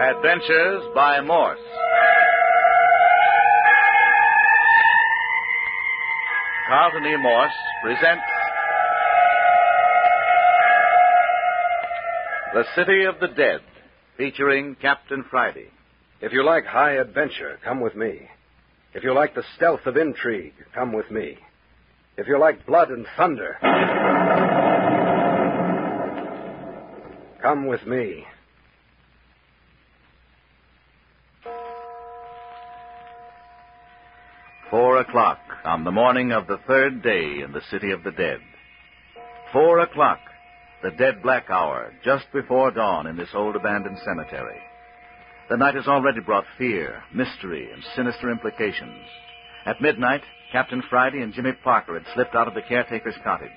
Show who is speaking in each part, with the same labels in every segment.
Speaker 1: Adventures by Morse. Carlton E. Morse presents The City of the Dead, featuring Captain Friday.
Speaker 2: If you like high adventure, come with me. If you like the stealth of intrigue, come with me. If you like blood and thunder, come with me.
Speaker 1: Four o'clock on the morning of the third day in the City of the Dead. Four o'clock, the dead black hour, just before dawn in this old abandoned cemetery. The night has already brought fear, mystery, and sinister implications. At midnight, Captain Friday and Jimmy Parker had slipped out of the caretaker's cottage,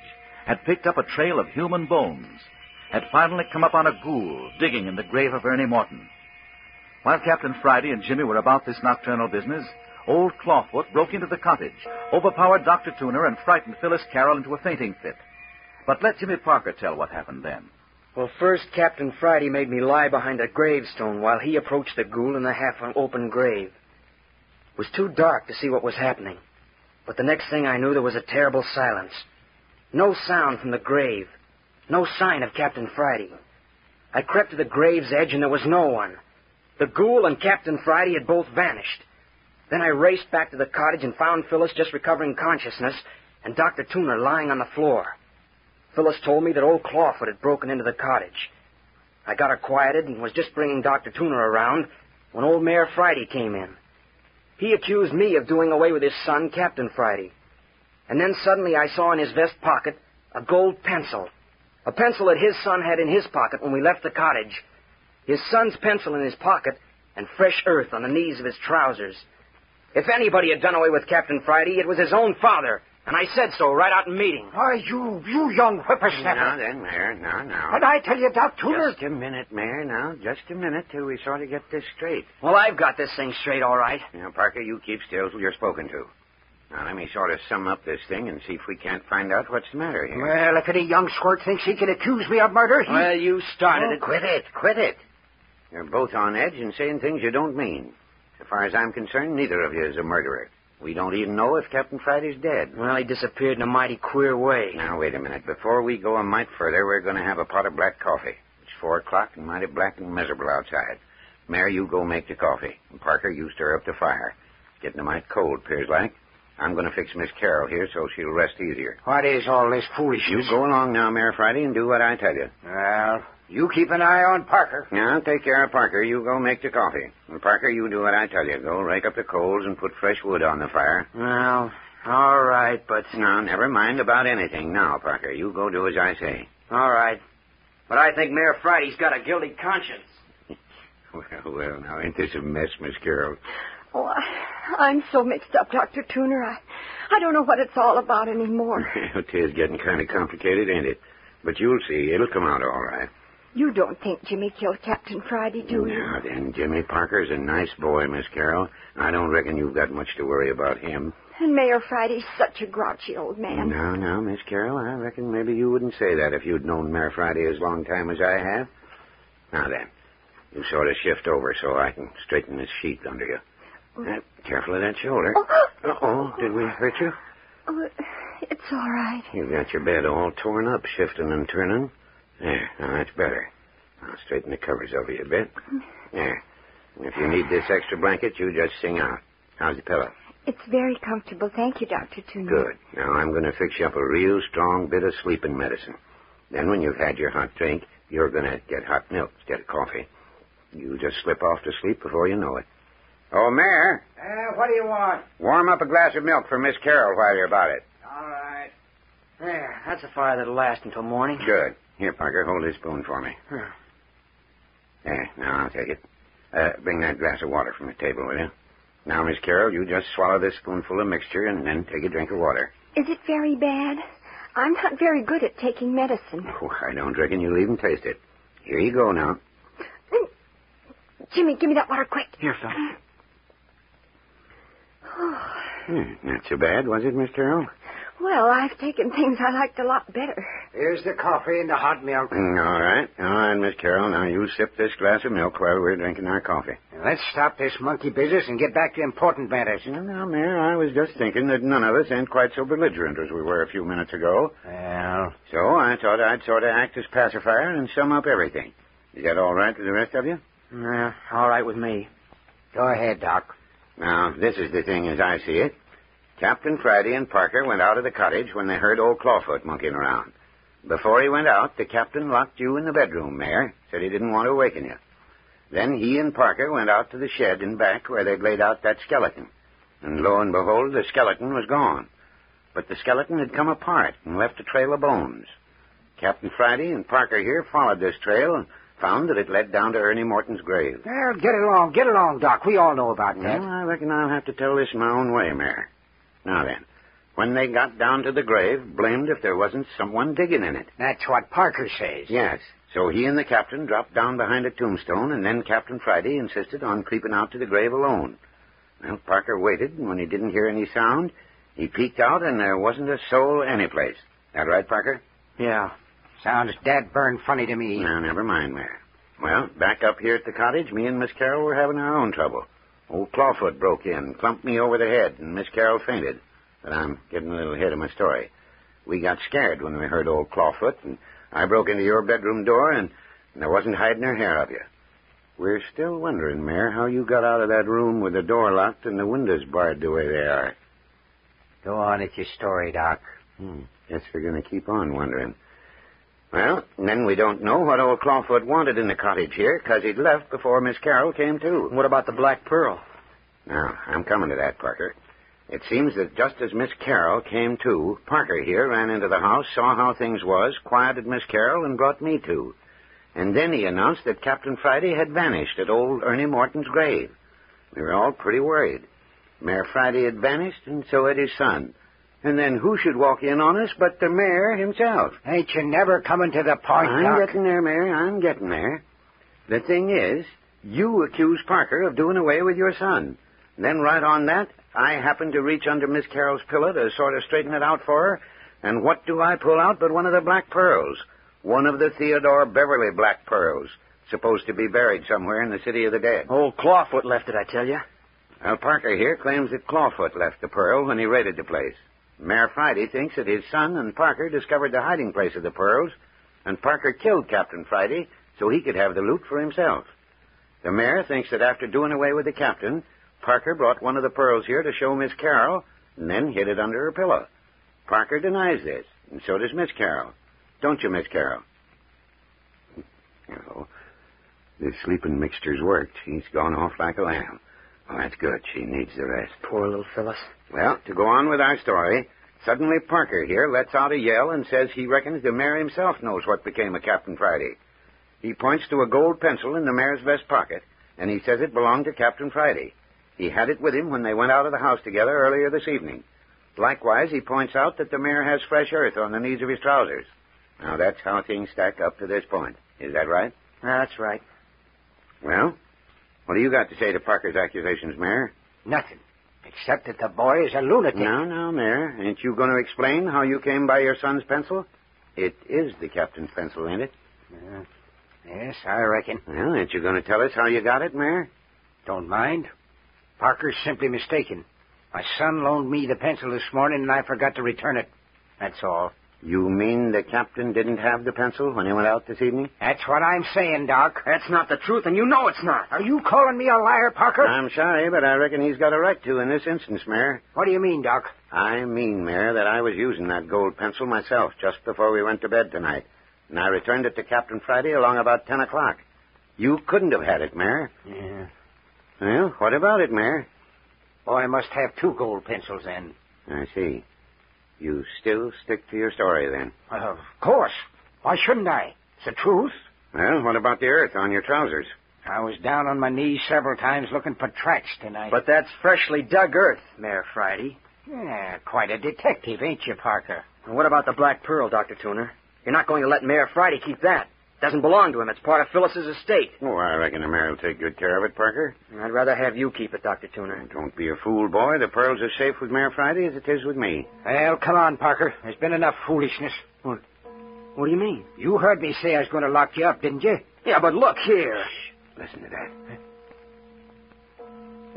Speaker 1: had picked up a trail of human bones, had finally come upon a ghoul digging in the grave of Ernie Morton. While Captain Friday and Jimmy were about this nocturnal business, old Clawfoot broke into the cottage, overpowered Dr. Tuner, and frightened Phyllis Carroll into a fainting fit. But let Jimmy Parker tell what happened then.
Speaker 3: Well, first, Captain Friday made me lie behind a gravestone while he approached the ghoul in the half open grave. It was too dark to see what was happening, but the next thing I knew, there was a terrible silence. No sound from the grave, no sign of Captain Friday. I crept to the grave's edge, and there was no one. The ghoul and Captain Friday had both vanished. Then I raced back to the cottage and found Phyllis just recovering consciousness and Dr. Tuner lying on the floor. Phyllis told me that old Clawfoot had broken into the cottage. I got her quieted and was just bringing Dr. Tuner around when old Mayor Friday came in. He accused me of doing away with his son, Captain Friday. And then suddenly I saw in his vest pocket a gold pencil. A pencil that his son had in his pocket when we left the cottage. His son's pencil in his pocket and fresh earth on the knees of his trousers. If anybody had done away with Captain Friday, it was his own father. And I said so right out in meeting.
Speaker 4: Why, you, you young
Speaker 5: Now
Speaker 4: whippersnapper.
Speaker 5: then, Mayor, now, now.
Speaker 4: And I tell you, Doc Tudor.
Speaker 5: Just a minute, Mayor, now. Just a minute till we sort of get this straight.
Speaker 3: Well, I've got this thing straight, all right.
Speaker 5: Now, Parker, you keep still till you're spoken to. Now, let me sort of sum up this thing and see if we can't find out what's the matter here.
Speaker 4: Well, if any young squirt thinks he can accuse me of murder, he...
Speaker 3: Well, you started
Speaker 5: Oh,
Speaker 3: it.
Speaker 5: quit it, quit it. You're both on edge and saying things you don't mean. So far as I'm concerned, neither of you is a murderer. We don't even know if Captain Friday's dead.
Speaker 3: Well, he disappeared in a mighty queer way.
Speaker 5: Now, wait a minute. Before we go a mite further, we're going to have a pot of black coffee. It's four o'clock and mighty black and miserable outside. Mary, you go make the coffee. And Parker, you stir up the fire. It's getting a mite cold, pears like. I'm going to fix Miss Carroll here so she'll rest easier.
Speaker 4: What is all this
Speaker 5: You
Speaker 4: foolishness?
Speaker 5: go along now, Mayor Friday, and do what I tell you.
Speaker 4: Well, you keep an eye on Parker.
Speaker 5: Now, take care of Parker. You go make the coffee. And Parker, you do what I tell you. Go rake up the coals and put fresh wood on the fire.
Speaker 3: Well, all right, but.
Speaker 5: Now, never mind about anything now, Parker. You go do as I say.
Speaker 3: All right. But I think Mayor Friday's got a guilty conscience.
Speaker 5: Well, well, now, ain't this a mess, Miss Carroll?
Speaker 6: Oh, I, I'm so mixed up, Dr. Tuner. I, I don't know what it's all about anymore.
Speaker 5: Well, 'tis getting kind of complicated, ain't it? But you'll see. It'll come out all right.
Speaker 6: You don't think Jimmy killed Captain Friday, do you?
Speaker 5: Now, then, Jimmy Parker's a nice boy, Miss Carroll. I don't reckon you've got much to worry about him.
Speaker 6: And Mayor Friday's such a grouchy old man.
Speaker 5: No, no, Miss Carroll, I reckon maybe you wouldn't say that if you'd known Mayor Friday as long time as I have. Now then, you sort of shift over so I can straighten this sheet under you. Uh, careful of that shoulder.
Speaker 6: Oh.
Speaker 5: Uh-oh, did we hurt you?
Speaker 6: Oh, it's all right.
Speaker 5: You've got your bed all torn up, shifting and turning. There, now that's better. I'll straighten the covers over you a bit. There. And if you need this extra blanket, you just sing out. How's the pillow?
Speaker 6: It's very comfortable. Thank you, Dr. Tuner.
Speaker 5: Good. Now I'm going to fix you up a real strong bit of sleeping medicine. Then when you've had your hot drink, you're going to get hot milk instead of coffee. You just slip off to sleep before you know it. Oh, Mayor,
Speaker 4: Uh, what do you want?
Speaker 5: warm up a glass of milk for Miss Carroll while you're about it.
Speaker 4: All right.
Speaker 3: There, Eh, that's a fire that'll last until morning.
Speaker 5: Good. Here, Parker, hold this spoon for me.
Speaker 3: Huh.
Speaker 5: There, now I'll take it. Uh, bring that glass of water from the table, will you? Now, Miss Carroll, you just swallow this spoonful of mixture and then take a drink of water.
Speaker 6: Is it very bad? I'm not very good at taking medicine.
Speaker 5: Oh, I don't reckon you'll even taste it. Here you go now.
Speaker 6: Jimmy, give me that water quick.
Speaker 3: Here, Phil.
Speaker 5: Hmm, not so bad, was it, Miss Carroll?
Speaker 6: Oh, Well, I've taken things I liked a lot better.
Speaker 4: Here's the coffee and the hot milk.
Speaker 5: Mm, All right. All right, Miss Carroll. Now you sip this glass of milk while we're drinking our coffee.
Speaker 4: Now, Let's stop this monkey business and get back to important matters.
Speaker 5: Well, now, Mayor, I was just thinking that none of us ain't quite so belligerent as we were a few minutes ago.
Speaker 4: Well,
Speaker 5: So I thought I'd sort of act as pacifier and sum up everything. Is that all right with the rest of you?
Speaker 3: Nah, all right with me.
Speaker 4: go ahead, Doc.
Speaker 5: Now, this is the thing as I see it. Captain Friday and Parker went out of the cottage when they heard old Clawfoot monkeying around. Before he went out, the captain locked you in the bedroom, Mayor. Said he didn't want to awaken you. Then he and Parker went out to the shed and back where they'd laid out that skeleton. And lo and behold, the skeleton was gone. But the skeleton had come apart and left a trail of bones. Captain Friday and Parker here followed this trail and found that it led down to Ernie Morton's grave.
Speaker 4: Well, get along, get along, Doc. We all know about that.
Speaker 3: Hmm?
Speaker 5: Well, I reckon I'll have to tell this my own way, Mayor. Now then, when they got down to the grave, blamed if there wasn't someone digging in it.
Speaker 4: That's what Parker says.
Speaker 5: Yes. So he and the captain dropped down behind a tombstone, and then Captain Friday insisted on creeping out to the grave alone. Well, Parker waited, and when he didn't hear any sound, he peeked out, and there wasn't a soul anyplace. That right, Parker?
Speaker 3: Yeah.
Speaker 4: Sounds dad burned funny to me.
Speaker 5: Now, never mind, Mayor. Well, back up here at the cottage, me and Miss Carroll were having our own trouble. Old Clawfoot broke in, clumped me over the head, and Miss Carroll fainted. But I'm getting a little ahead of my story. We got scared when we heard old Clawfoot, and I broke into your bedroom door, and, and I wasn't hiding her hair of you. We're still wondering, Mayor, how you got out of that room with the door locked and the windows barred the way they are.
Speaker 4: Go on, it's your story, Doc.
Speaker 5: Hmm. Guess we're going to keep on wondering. Well, then we don't know what old Clawfoot wanted in the cottage here, 'cause he'd left before Miss Carroll came to.
Speaker 3: What about the Black Pearl?
Speaker 5: Now, I'm coming to that, Parker. It seems that just as Miss Carroll came to, Parker here ran into the house, saw how things was, quieted Miss Carroll, and brought me to. And then he announced that Captain Friday had vanished at old Ernie Morton's grave. We were all pretty worried. Mayor Friday had vanished, and so had his son. And then who should walk in on us but the mayor himself?
Speaker 4: Ain't you never coming to the point,
Speaker 5: I'm
Speaker 4: Doc?
Speaker 5: getting there, Mayor. I'm getting there. The thing is, you accused Parker of doing away with your son. And then right on that, I happened to reach under Miss Carroll's pillow to sort of straighten it out for her. And what do I pull out but one of the black pearls? One of the Theodore Beverly black pearls. Supposed to be buried somewhere in the city of the dead.
Speaker 3: Old Clawfoot left it, I tell you.
Speaker 5: Well, Parker here claims that Clawfoot left the pearl when he raided the place. Mayor Friday thinks that his son and Parker discovered the hiding place of the pearls, and Parker killed Captain Friday so he could have the loot for himself. The mayor thinks that after doing away with the captain, Parker brought one of the pearls here to show Miss Carroll and then hid it under her pillow. Parker denies this, and so does Miss Carroll. Don't you, Miss Carroll? Oh, this sleeping mixture's worked. He's gone off like a lamb. Well, that's good. She needs the rest.
Speaker 3: Poor little Phyllis.
Speaker 5: Well, to go on with our story, suddenly Parker here lets out a yell and says he reckons the mayor himself knows what became of Captain Friday. He points to a gold pencil in the mayor's vest pocket, and he says it belonged to Captain Friday. He had it with him when they went out of the house together earlier this evening. Likewise, he points out that the mayor has fresh earth on the knees of his trousers. Now, that's how things stack up to this point. Is that right?
Speaker 3: That's right.
Speaker 5: Well, what do you got to say to Parker's accusations, Mayor?
Speaker 4: Nothing. Except that the boy is a lunatic.
Speaker 5: Now, now, Mayor, ain't you going to explain how you came by your son's pencil? It is the captain's pencil, ain't it?
Speaker 4: Yeah. Yes, I reckon.
Speaker 5: Well, ain't you going to tell us how you got it, Mayor?
Speaker 4: Don't mind. Parker's simply mistaken. My son loaned me the pencil this morning, and I forgot to return it. That's all.
Speaker 5: You mean the captain didn't have the pencil when he went out this evening?
Speaker 4: That's what I'm saying, Doc.
Speaker 3: That's not the truth, and you know it's not.
Speaker 4: Are you calling me a liar, Parker?
Speaker 5: I'm sorry, but I reckon he's got a right to in this instance, Mayor.
Speaker 4: what do you mean, Doc?
Speaker 5: I mean, Mayor, that I was using that gold pencil myself just before we went to bed tonight, and I returned it to Captain Friday along about 10 o'clock. You couldn't have had it, Mayor.
Speaker 4: Yeah.
Speaker 5: Well, what about it, Mayor?
Speaker 4: Boy must have two gold pencils then.
Speaker 5: I see. You still stick to your story, then.
Speaker 4: Well, of course. Why shouldn't I? It's the truth.
Speaker 5: Well, what about the earth on your trousers?
Speaker 4: I was down on my knees several times looking for tracks tonight.
Speaker 3: But that's freshly dug earth, Mayor Friday.
Speaker 4: yeah, quite a detective, ain't you, Parker?
Speaker 3: And what about the Black Pearl, Dr. Tuner? You're not going to let Mayor Friday keep that.
Speaker 7: Doesn't belong to him. It's part of Phyllis's estate.
Speaker 5: Oh, I reckon the mayor'll take good care of it, Parker.
Speaker 7: I'd rather have you keep it, Dr. Tuner.
Speaker 5: Don't be a fool, boy. The pearls are safe with Mayor Friday as it is with me.
Speaker 3: Well, come on, Parker. There's been enough foolishness.
Speaker 7: What do you mean?
Speaker 3: You heard me say I was going to lock you up, didn't you?
Speaker 7: Yeah, but look here.
Speaker 5: Listen to that.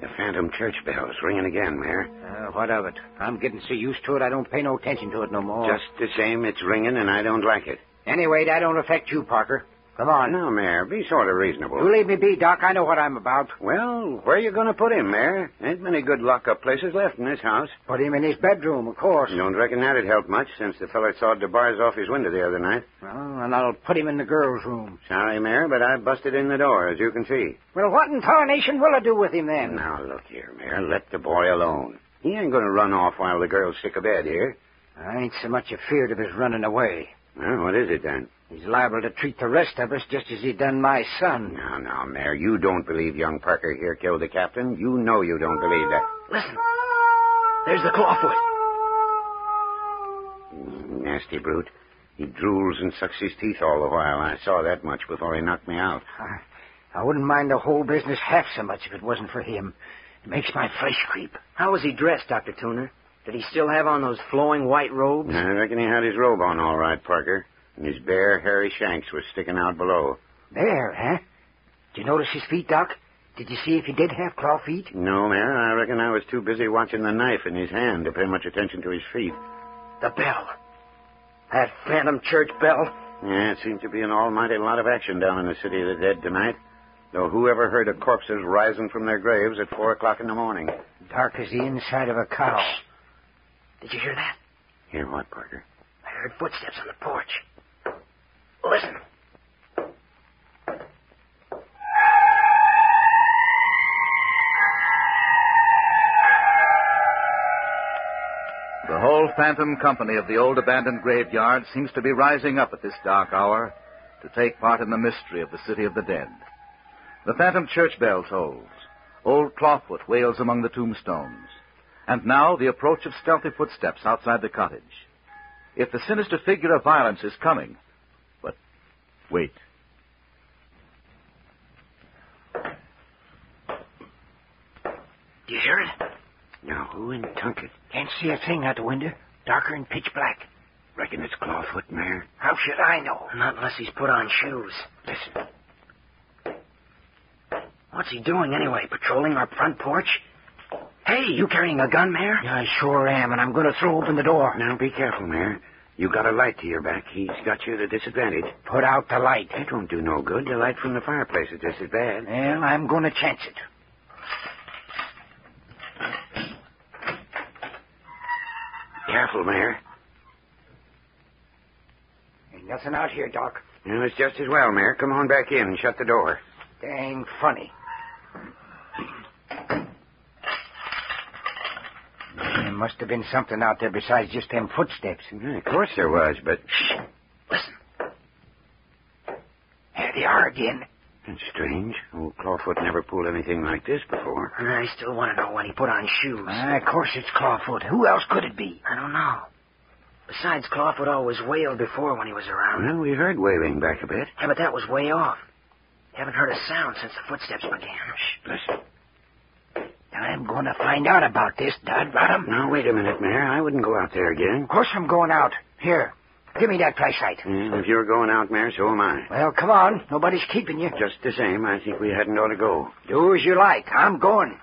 Speaker 5: The phantom church bell's ringing again, Mayor.
Speaker 3: Uh, what of it? I'm getting so used to it, I don't pay no attention to it no more.
Speaker 5: Just the same, it's ringing, and I don't like it.
Speaker 3: Anyway, that don't affect you, Parker. Come on.
Speaker 5: Now, Mayor, be sort of reasonable.
Speaker 3: You leave me be, Doc. I know what I'm about.
Speaker 5: Well, where you going to put him, Mayor? Ain't many good lockup places left in this house.
Speaker 3: Put him in his bedroom, of course.
Speaker 5: Don't reckon that'd help much since the feller sawed the bars off his window the other night.
Speaker 3: Well, and I'll put him in the girls' room.
Speaker 5: Sorry, Mayor, but I busted in the door, as you can see.
Speaker 3: Well, what in tarnation will I do with him then?
Speaker 5: Now, look here, Mayor. Let the boy alone. He ain't going to run off while the girl's sick abed here.
Speaker 3: I ain't so much afeard of his running away.
Speaker 5: Well, what is it then?
Speaker 3: He's liable to treat the rest of us just as he done my son.
Speaker 5: Now, now, Mayor, you don't believe young Parker here killed the captain. You know you don't believe that.
Speaker 7: Listen. There's the clawfoot.
Speaker 5: Mm, Nasty brute. He drools and sucks his teeth all the while. I saw that much before he knocked me out.
Speaker 3: I wouldn't mind the whole business half so much if it wasn't for him. It makes my flesh creep.
Speaker 7: How was he dressed, Dr. Tuner? Did he still have on those flowing white robes?
Speaker 5: I reckon he had his robe on all right, Parker. And his bare, hairy shanks was sticking out below.
Speaker 3: There, huh? Did you notice his feet, Doc? Did you see if he did have claw feet?
Speaker 5: No, Mayor, I reckon I was too busy watching the knife in his hand to pay much attention to his feet.
Speaker 7: The bell. That phantom church bell.
Speaker 5: Yeah, it seems to be an almighty lot of action down in the city of the dead tonight. Though whoever heard of corpses rising from their graves at four o'clock in the morning?
Speaker 3: Dark as the inside of a cow.
Speaker 7: Did you hear that?
Speaker 5: Hear what, Parker?
Speaker 7: I heard footsteps on the porch. Listen.
Speaker 1: The whole phantom company of the old abandoned graveyard seems to be rising up at this dark hour to take part in the mystery of the city of the dead. The phantom church bell tolls. Old Clawfoot wails among the tombstones. And now the approach of stealthy footsteps outside the cottage. If the sinister figure of violence is coming, but wait.
Speaker 7: Do you hear it?
Speaker 5: Now, who in Tunket?
Speaker 3: Can't see a thing out the window. Darker and pitch black.
Speaker 5: Reckon it's Clawfoot, Mayor?
Speaker 3: How should I know?
Speaker 7: Not unless he's put on shoes.
Speaker 5: Listen.
Speaker 7: What's he doing anyway? Patrolling our front porch? Hey, you carrying a gun, Mayor?
Speaker 3: I sure am, and I'm going to throw open the door.
Speaker 5: Now, be careful, Mayor. You got a light to your back. He's got you at a disadvantage.
Speaker 3: Put out the light.
Speaker 5: That won't do no good. The light from the fireplace is just as bad.
Speaker 3: Well, I'm going to chance it.
Speaker 5: Careful, Mayor.
Speaker 3: Ain't nothing out here, Doc.
Speaker 5: No, it's just as well, Mayor. Come on back in and shut the door.
Speaker 3: Dang funny. There must have been something out there besides just them footsteps.
Speaker 5: Yeah, of course there was, but
Speaker 3: There they are again.
Speaker 5: it's strange. Old Clawfoot never pulled anything like this before.
Speaker 7: I still want to know when he put on shoes.
Speaker 3: Ah, of course it's Clawfoot. Who else could it be?
Speaker 7: I don't know. Besides, Clawfoot always wailed before when he was around.
Speaker 5: Well, we heard wailing back a bit.
Speaker 7: Yeah, but that was way off. Haven't heard a sound since the footsteps began.
Speaker 5: Listen.
Speaker 3: I'm going to find out about this, Dud Bottom.
Speaker 5: Now, wait a minute, Mayor. I wouldn't go out there again.
Speaker 3: Of course I'm going out. Here, give me that flashlight.
Speaker 5: Yeah, if you're going out, Mayor, so am I.
Speaker 3: Well, come on. Nobody's keeping you.
Speaker 5: Just the same, I think we hadn't ought to go.
Speaker 3: Do as you like. I'm going.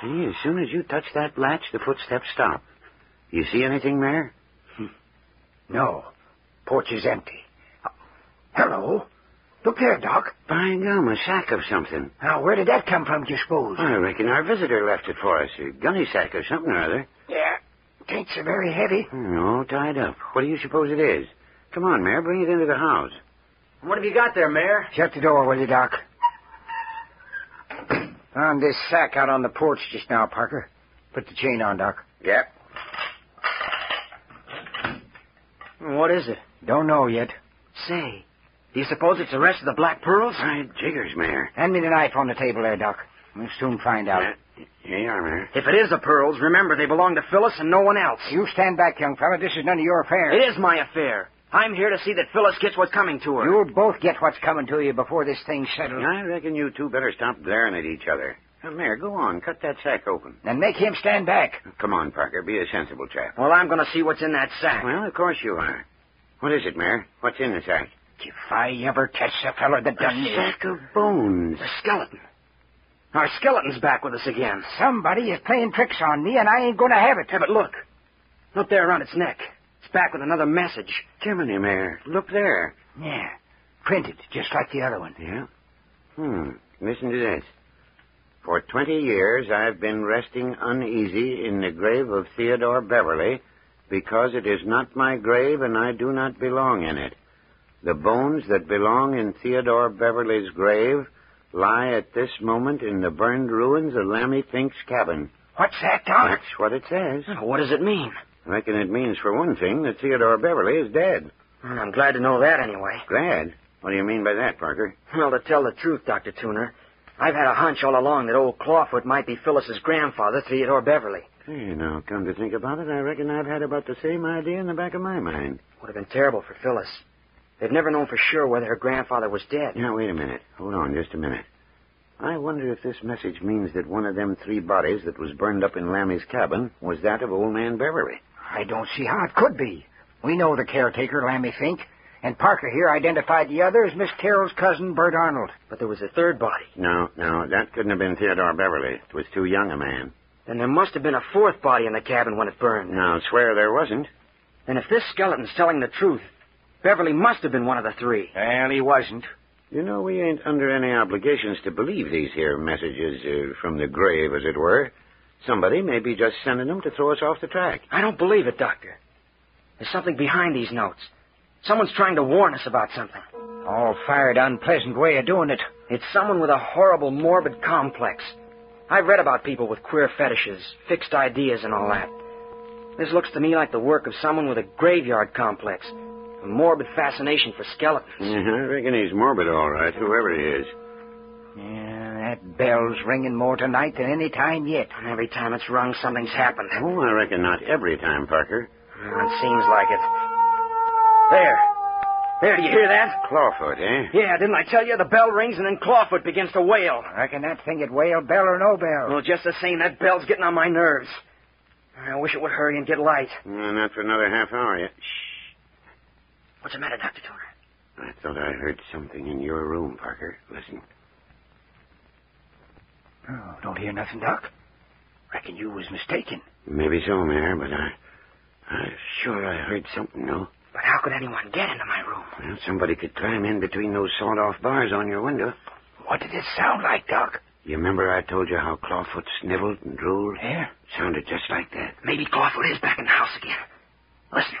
Speaker 5: See, as soon as you touch that latch, the footsteps stop. You see anything, Mayor?
Speaker 3: No. Porch is empty. Uh, Hello? Look there, Doc.
Speaker 5: By gum, um, a sack of something.
Speaker 3: Now, where did that come from, do you suppose?
Speaker 5: I reckon our visitor left it for us. A gunny sack or something or other.
Speaker 3: Yeah. Tain't so very heavy.
Speaker 5: Hmm, All tied up. What do you suppose it is? Come on, Mayor, bring it into the house.
Speaker 7: What have you got there, Mayor?
Speaker 3: Shut the door, will you, Doc? Found this sack out on the porch just now, Parker. Put the chain on, Doc.
Speaker 5: Yep.
Speaker 7: What is it?
Speaker 3: Don't know yet.
Speaker 7: Say, do you suppose it's the rest of the Black Pearls?
Speaker 5: By jiggers, Mayor.
Speaker 3: Hand me the knife on the table there, Doc. We'll soon find out.
Speaker 5: Yeah, Here you are, Mayor.
Speaker 3: If it is the pearls, remember they belong to Phyllis and no one else.
Speaker 4: You stand back, young fella. This is none of your affair.
Speaker 3: It is my affair. I'm here to see that Phyllis gets what's coming to her.
Speaker 4: You'll both get what's coming to you before this thing's settled.
Speaker 5: I reckon you two better stop glaring at each other. Now, Mayor, go on. Cut that sack open.
Speaker 4: Then make him stand back.
Speaker 5: Come on, Parker. Be a sensible chap.
Speaker 3: Well, I'm going to see what's in that sack.
Speaker 5: Well, of course you are. What is it, Mayor? What's in the sack?
Speaker 4: If I ever catch a fella that does
Speaker 5: A sack of bones.
Speaker 3: The skeleton. Our skeleton's back with us again.
Speaker 4: Somebody is playing tricks on me, and I ain't going to have it.
Speaker 3: Yeah, but look. Look there around its neck. It's back with another message.
Speaker 5: Jiminy, Mayor. Look there.
Speaker 4: Yeah. Printed, just like the other one.
Speaker 5: Yeah? Hmm. Listen to this. For 20 years, I've been resting uneasy in the grave of Theodore Beverly because it is not my grave and I do not belong in it. The bones that belong in Theodore Beverly's grave lie at this moment in the burned ruins of Lammy Fink's cabin.
Speaker 4: What's that, Doc?
Speaker 5: That's what it says.
Speaker 3: Now, what does it mean?
Speaker 5: I reckon it means, for one thing, that Theodore Beverly is dead.
Speaker 3: Well, I'm glad to know that anyway.
Speaker 5: Glad? What do you mean by that, Parker?
Speaker 3: Well, to tell the truth, Dr. Tuner, I've had a hunch all along that old Clawfoot might be Phyllis's grandfather, Theodore Beverly.
Speaker 5: Hey, now, come to think about it, I reckon I've had about the same idea in the back of my mind.
Speaker 3: Would have been terrible for Phyllis. They've never known for sure whether her grandfather was dead.
Speaker 5: Now, wait a minute. Hold on just a minute. I wonder if this message means that one of them three bodies that was burned up in Lammy's cabin was that of old man Beverly.
Speaker 4: I don't see how it could be. We know the caretaker, Lammy Fink, and Parker here identified the other as Miss Carroll's cousin, Bert Arnold.
Speaker 3: But there was a third body.
Speaker 5: No, no, that couldn't have been Theodore Beverly. It was too young a man.
Speaker 3: Then there must have been a fourth body in the cabin when it burned.
Speaker 5: Now, swear there wasn't.
Speaker 3: And if this skeleton's telling the truth, Beverly must have been one of the three.
Speaker 4: Well, he wasn't.
Speaker 5: You know, we ain't under any obligations to believe these here messages uh, from the grave, as it were. Somebody may be just sending them to throw us off the track.
Speaker 3: I don't believe it, Doctor. There's something behind these notes. Someone's trying to warn us about something.
Speaker 4: All fired unpleasant way of doing it.
Speaker 3: It's someone with a horrible morbid complex. I've read about people with queer fetishes, fixed ideas, and all that. This looks to me like the work of someone with a graveyard complex, a morbid fascination for skeletons.
Speaker 5: Yeah, I reckon he's morbid, all right, whoever he is.
Speaker 4: Yeah, that bell's ringing more tonight than any time yet.
Speaker 3: And every time it's rung, something's happened.
Speaker 5: Oh, I reckon not every time, Parker.
Speaker 3: Well, Hmm, it seems like it. There. There, do you hear that?
Speaker 5: Clawfoot, eh?
Speaker 3: Yeah, didn't I tell you? The bell rings and then Clawfoot begins to wail.
Speaker 4: I reckon that thing at wail bell or no bell.
Speaker 3: Well, just the same, that bell's getting on my nerves. I wish it would hurry and get light.
Speaker 5: Uh, not for another half hour yet. Shh.
Speaker 3: What's the matter, Dr. Turner?
Speaker 5: I thought I heard something in your room, Parker. Listen.
Speaker 4: Oh, don't hear nothing, Doc. Reckon you was mistaken.
Speaker 5: Maybe so, Mayor, but I. I'm sure I heard something, though.
Speaker 3: But how could anyone get into my room?
Speaker 5: Well, somebody could climb in between those sawed off bars on your window.
Speaker 4: What did it sound like, Doc?
Speaker 5: You remember I told you how Clawfoot sniveled and drooled?
Speaker 4: Yeah.
Speaker 5: Sounded just like that.
Speaker 3: Maybe Clawfoot is back in the house again. Listen.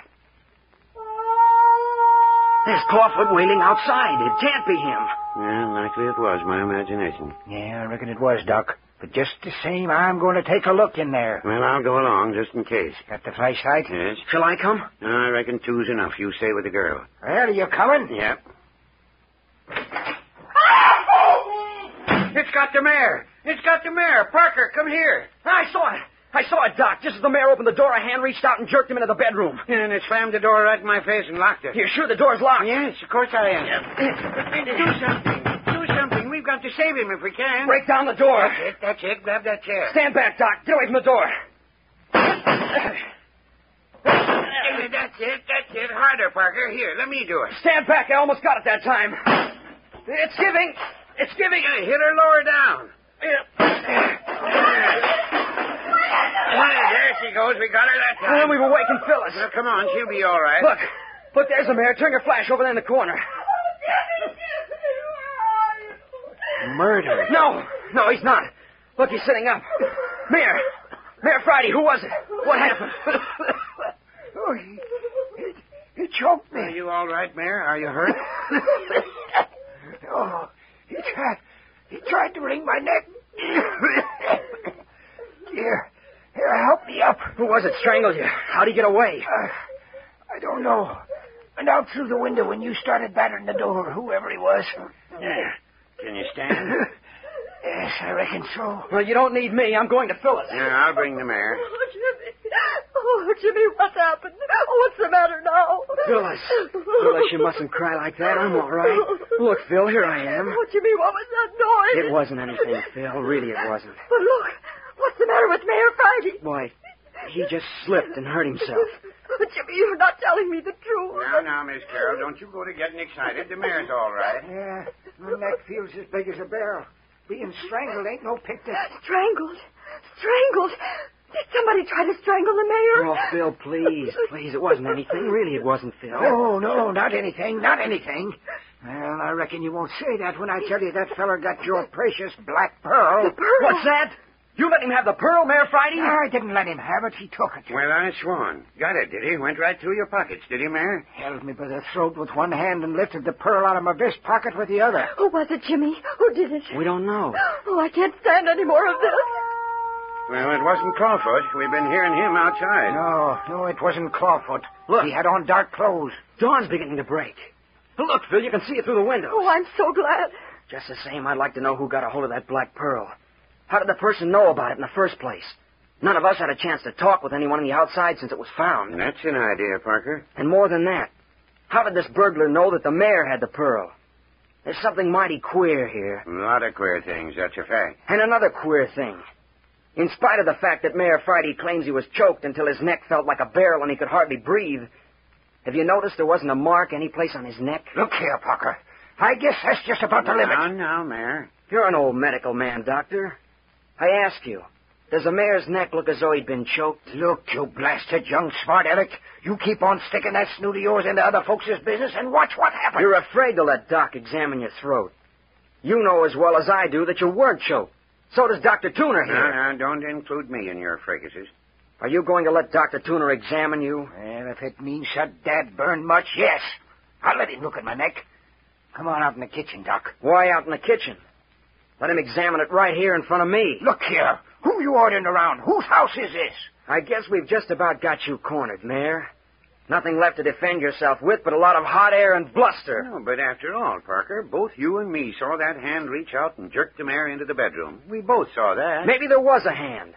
Speaker 3: There's Clawfoot wailing outside. It can't be him.
Speaker 5: Yeah, likely it was my imagination.
Speaker 4: Yeah, I reckon it was, Doc. But just the same, I'm going to take a look in there.
Speaker 5: Well, I'll go along just in case.
Speaker 4: Got the flashlight?
Speaker 5: Yes?
Speaker 3: Shall I come?
Speaker 5: I reckon two's enough. You stay with the girl.
Speaker 4: Well, are you coming?
Speaker 5: Yep.
Speaker 3: It's got the mayor. It's got the mayor. Parker, come here. I saw it. I saw it, Doc. Just as the mayor opened the door, a hand reached out and jerked him into the bedroom.
Speaker 5: And it slammed the door right in my face and locked it.
Speaker 3: You're sure the door's locked?
Speaker 5: Yes, of course I am. Do something. Do something. We've got to save him if we can.
Speaker 3: Break down the door.
Speaker 5: That's it. That's it. Grab that chair.
Speaker 3: Stand back, Doc. Get away from the door.
Speaker 5: That's it. That's it. Harder, Parker. Here, let me do it.
Speaker 3: Stand back. I almost got it that time. It's giving. It's giving.
Speaker 5: Hey, hit her lower down. Hey, there she goes. We got her that
Speaker 3: And then
Speaker 5: time.
Speaker 3: we've awakened Phyllis.
Speaker 5: Now, come on. She'll be all right.
Speaker 3: Look. Look, there's the mayor. Turn your flash over there in the corner.
Speaker 4: Murder.
Speaker 3: No. No, he's not. Look, he's sitting up. Mayor. Mayor Friday, who was it? What happened?
Speaker 4: Oh, he, he, he choked
Speaker 5: Are
Speaker 4: me.
Speaker 5: you all right, Mayor? Are you hurt?
Speaker 4: Oh, he tried, he tried to wring my neck. here, here, help me up.
Speaker 3: who was it strangled you? How'd he get away?
Speaker 4: Uh, I don't know. Went out through the window when you started battering the door, whoever he was.
Speaker 5: Yeah. Can you stand?
Speaker 4: Yes, I reckon so.
Speaker 3: Well, you don't need me. I'm going to Phyllis.
Speaker 5: Now, I'll bring the mare.
Speaker 6: Oh, Jimmy. Oh, Jimmy, what happened? Oh, What's the matter now?
Speaker 3: Phyllis. Phyllis, you mustn't cry like that. I'm all right. Look, Phil, here I am.
Speaker 6: Oh, Jimmy, what was that noise?
Speaker 3: It wasn't anything, Phil. Really, it wasn't.
Speaker 6: But look, what's the matter with Mayor Friday?
Speaker 3: Boy, he just slipped and hurt himself.
Speaker 6: Oh, Jimmy, you're not telling me the truth.
Speaker 5: Now, now, Miss Carroll, don't you go to getting excited. The mare's all right.
Speaker 4: Yeah, my neck feels as big as a barrel. Being strangled ain't no picnic.
Speaker 6: Strangled. Strangled. Did somebody try to strangle the mayor?
Speaker 3: Oh, Phil, please, please. It wasn't anything. Really, it wasn't, Phil.
Speaker 4: No, no, not anything, not anything. Well, I reckon you won't say that when I tell you that feller got your precious black pearl.
Speaker 3: What's that? You let him have the pearl, Mayor Friday?
Speaker 4: I didn't let him have it. He took it.
Speaker 5: Well, I swan. Got it, did he? Went right through your pockets, did he, Mayor?
Speaker 4: Held me by the throat with one hand and lifted the pearl out of my vest pocket with the other.
Speaker 6: Who was it, Jimmy? Who did it?
Speaker 3: We don't know.
Speaker 6: Oh, I can't stand any more of this.
Speaker 5: Well, it wasn't Clawfoot. We've been hearing him outside.
Speaker 4: No, no, it wasn't Clawfoot.
Speaker 3: Look.
Speaker 4: He had on dark clothes.
Speaker 3: Dawn's beginning to break. Look, Phil, you can see it through the window.
Speaker 6: Oh, I'm so glad.
Speaker 3: Just the same, I'd like to know who got a hold of that black pearl. How did the person know about it in the first place? None of us had a chance to talk with anyone on the outside since it was found.
Speaker 5: That's an idea, Parker.
Speaker 3: And more than that, how did this burglar know that the mayor had the pearl? There's something mighty queer here.
Speaker 5: A lot of queer things, that's a fact.
Speaker 3: And another queer thing. In spite of the fact that Mayor Friday claims he was choked until his neck felt like a barrel and he could hardly breathe, have you noticed there wasn't a mark any place on his neck?
Speaker 4: Look here, Parker. I guess that's just about the limit.
Speaker 5: Now, now, Mayor.
Speaker 3: You're an old medical man, Doctor. I ask you, does the mayor's neck look as though he'd been choked?
Speaker 4: Look, you blasted young smart aleck. You keep on sticking that snoot of yours into other folks' business and watch what happens.
Speaker 3: You're afraid to let Doc examine your throat. You know as well as I do that you weren't choked. So does Dr. Tuner here.
Speaker 5: Now, now, don't include me in your fracases.
Speaker 3: Are you going to let Dr. Tuner examine you?
Speaker 4: Well, if it means shut dad burn much, yes. I'll let him look at my neck. Come on out in the kitchen, Doc.
Speaker 3: Why out in the kitchen? Let him examine it right here in front of me.
Speaker 4: Look here. Who you ordering around? Whose house is this?
Speaker 3: I guess we've just about got you cornered, Mayor. Nothing left to defend yourself with but a lot of hot air and bluster.
Speaker 5: No, but after all, Parker, both you and me saw that hand reach out and jerk the mare into the bedroom. We both saw that.
Speaker 3: Maybe there was a hand.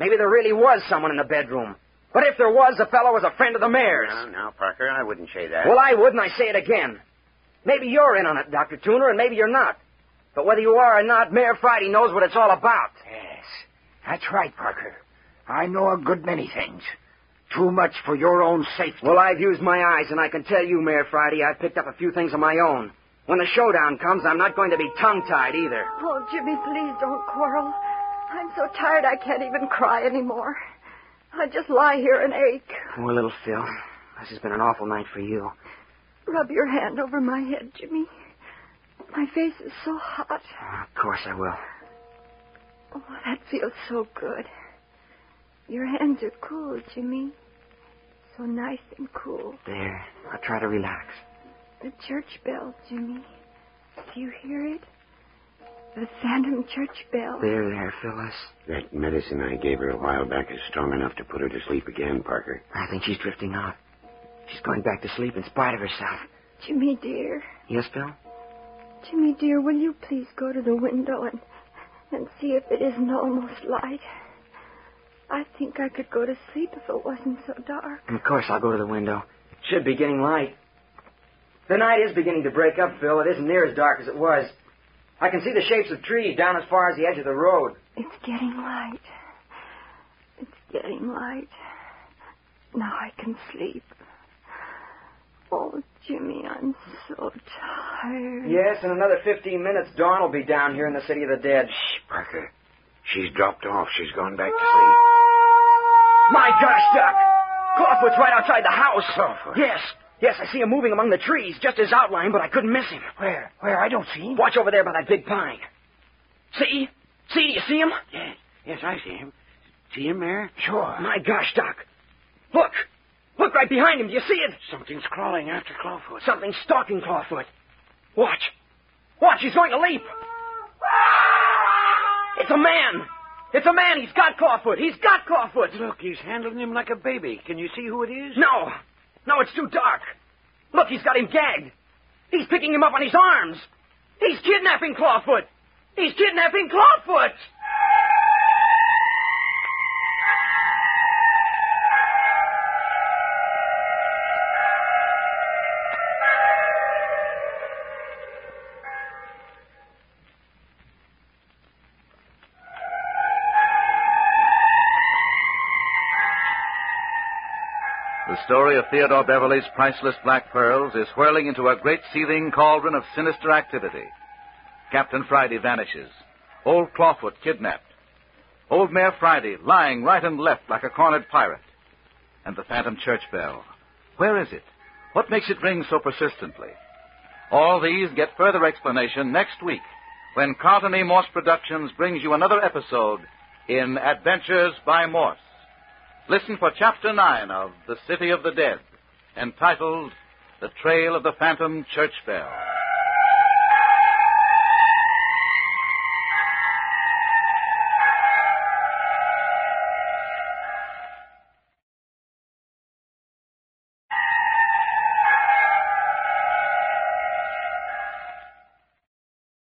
Speaker 3: Maybe there really was someone in the bedroom. But if there was, the fellow was a friend of the mayor's.
Speaker 5: Now, now, Parker, I wouldn't say that.
Speaker 3: Well, I would, and I say it again. Maybe you're in on it, Dr. Tuner, and maybe you're not. But whether you are or not, Mayor Friday knows what it's all about.
Speaker 4: Yes. That's right, Parker. I know a good many things. Too much for your own safety.
Speaker 3: Well, I've used my eyes, and I can tell you, Mayor Friday, I've picked up a few things of my own. When the showdown comes, I'm not going to be tongue-tied either.
Speaker 6: Oh, Jimmy, please don't quarrel. I'm so tired I can't even cry anymore. I just lie here and ache.
Speaker 3: Poor little Phil. This has been an awful night for you.
Speaker 6: Rub your hand over my head, Jimmy. My face is so hot.
Speaker 3: Oh, of course I will.
Speaker 6: Oh, that feels so good. Your hands are cool, Jimmy. So nice and cool.
Speaker 3: There. I'll try to relax.
Speaker 6: The church bell, Jimmy. Do you hear it? The phantom church bell.
Speaker 3: There, there, Phyllis.
Speaker 5: That medicine I gave her a while back is strong enough to put her to sleep again, Parker.
Speaker 3: I think she's drifting out. She's going back to sleep in spite of herself.
Speaker 6: Jimmy, dear.
Speaker 3: Yes, Phil?
Speaker 6: Jimmy, dear, will you please go to the window and, and see if it isn't almost light? I think I could go to sleep if it wasn't so dark.
Speaker 3: And of course I'll go to the window. It should be getting light. The night is beginning to break up, Phil. It isn't near as dark as it was. I can see the shapes of trees down as far as the edge of the road.
Speaker 6: It's getting light. It's getting light. Now I can sleep. Oh, Jimmy, I'm so tired.
Speaker 3: Yes, in another 15 minutes, Dawn will be down here in the City of the Dead.
Speaker 5: Shh, Parker. She's dropped off. She's gone back to sleep.
Speaker 3: My gosh, Doc! Clawfoot's right outside the house.
Speaker 5: Clawfoot?
Speaker 3: Yes. Yes, I see him moving among the trees, just his outline, but I couldn't miss him.
Speaker 4: Where? Where? I don't see him.
Speaker 3: Watch over there by that big pine. See? See? You see him?
Speaker 5: Yes, yes, I see him. See him, Mayor?
Speaker 4: Sure.
Speaker 3: My gosh, Doc. Look! Look right behind him. Do you see it?
Speaker 5: Something's crawling after Clawfoot.
Speaker 3: Something's stalking Clawfoot. Watch. Watch, he's going to leap. It's a man. It's a man. He's got Clawfoot. He's got Clawfoot.
Speaker 5: Look, he's handling him like a baby. Can you see who it is?
Speaker 3: No. No, it's too dark. Look, he's got him gagged. He's picking him up on his arms. He's kidnapping Clawfoot. He's kidnapping Clawfoot.
Speaker 1: The story of Theodore Beverly's priceless black pearls is whirling into a great seething cauldron of sinister activity. Captain Friday vanishes. Old Clawfoot kidnapped. Old Mayor Friday lying right and left like a cornered pirate. And the phantom church bell. Where is it? What makes it ring so persistently? All these get further explanation next week when Carlton E. Morse Productions brings you another episode in Adventures by Morse. Listen for Chapter 9 of The City of the Dead, entitled The Trail of the Phantom Church Bell.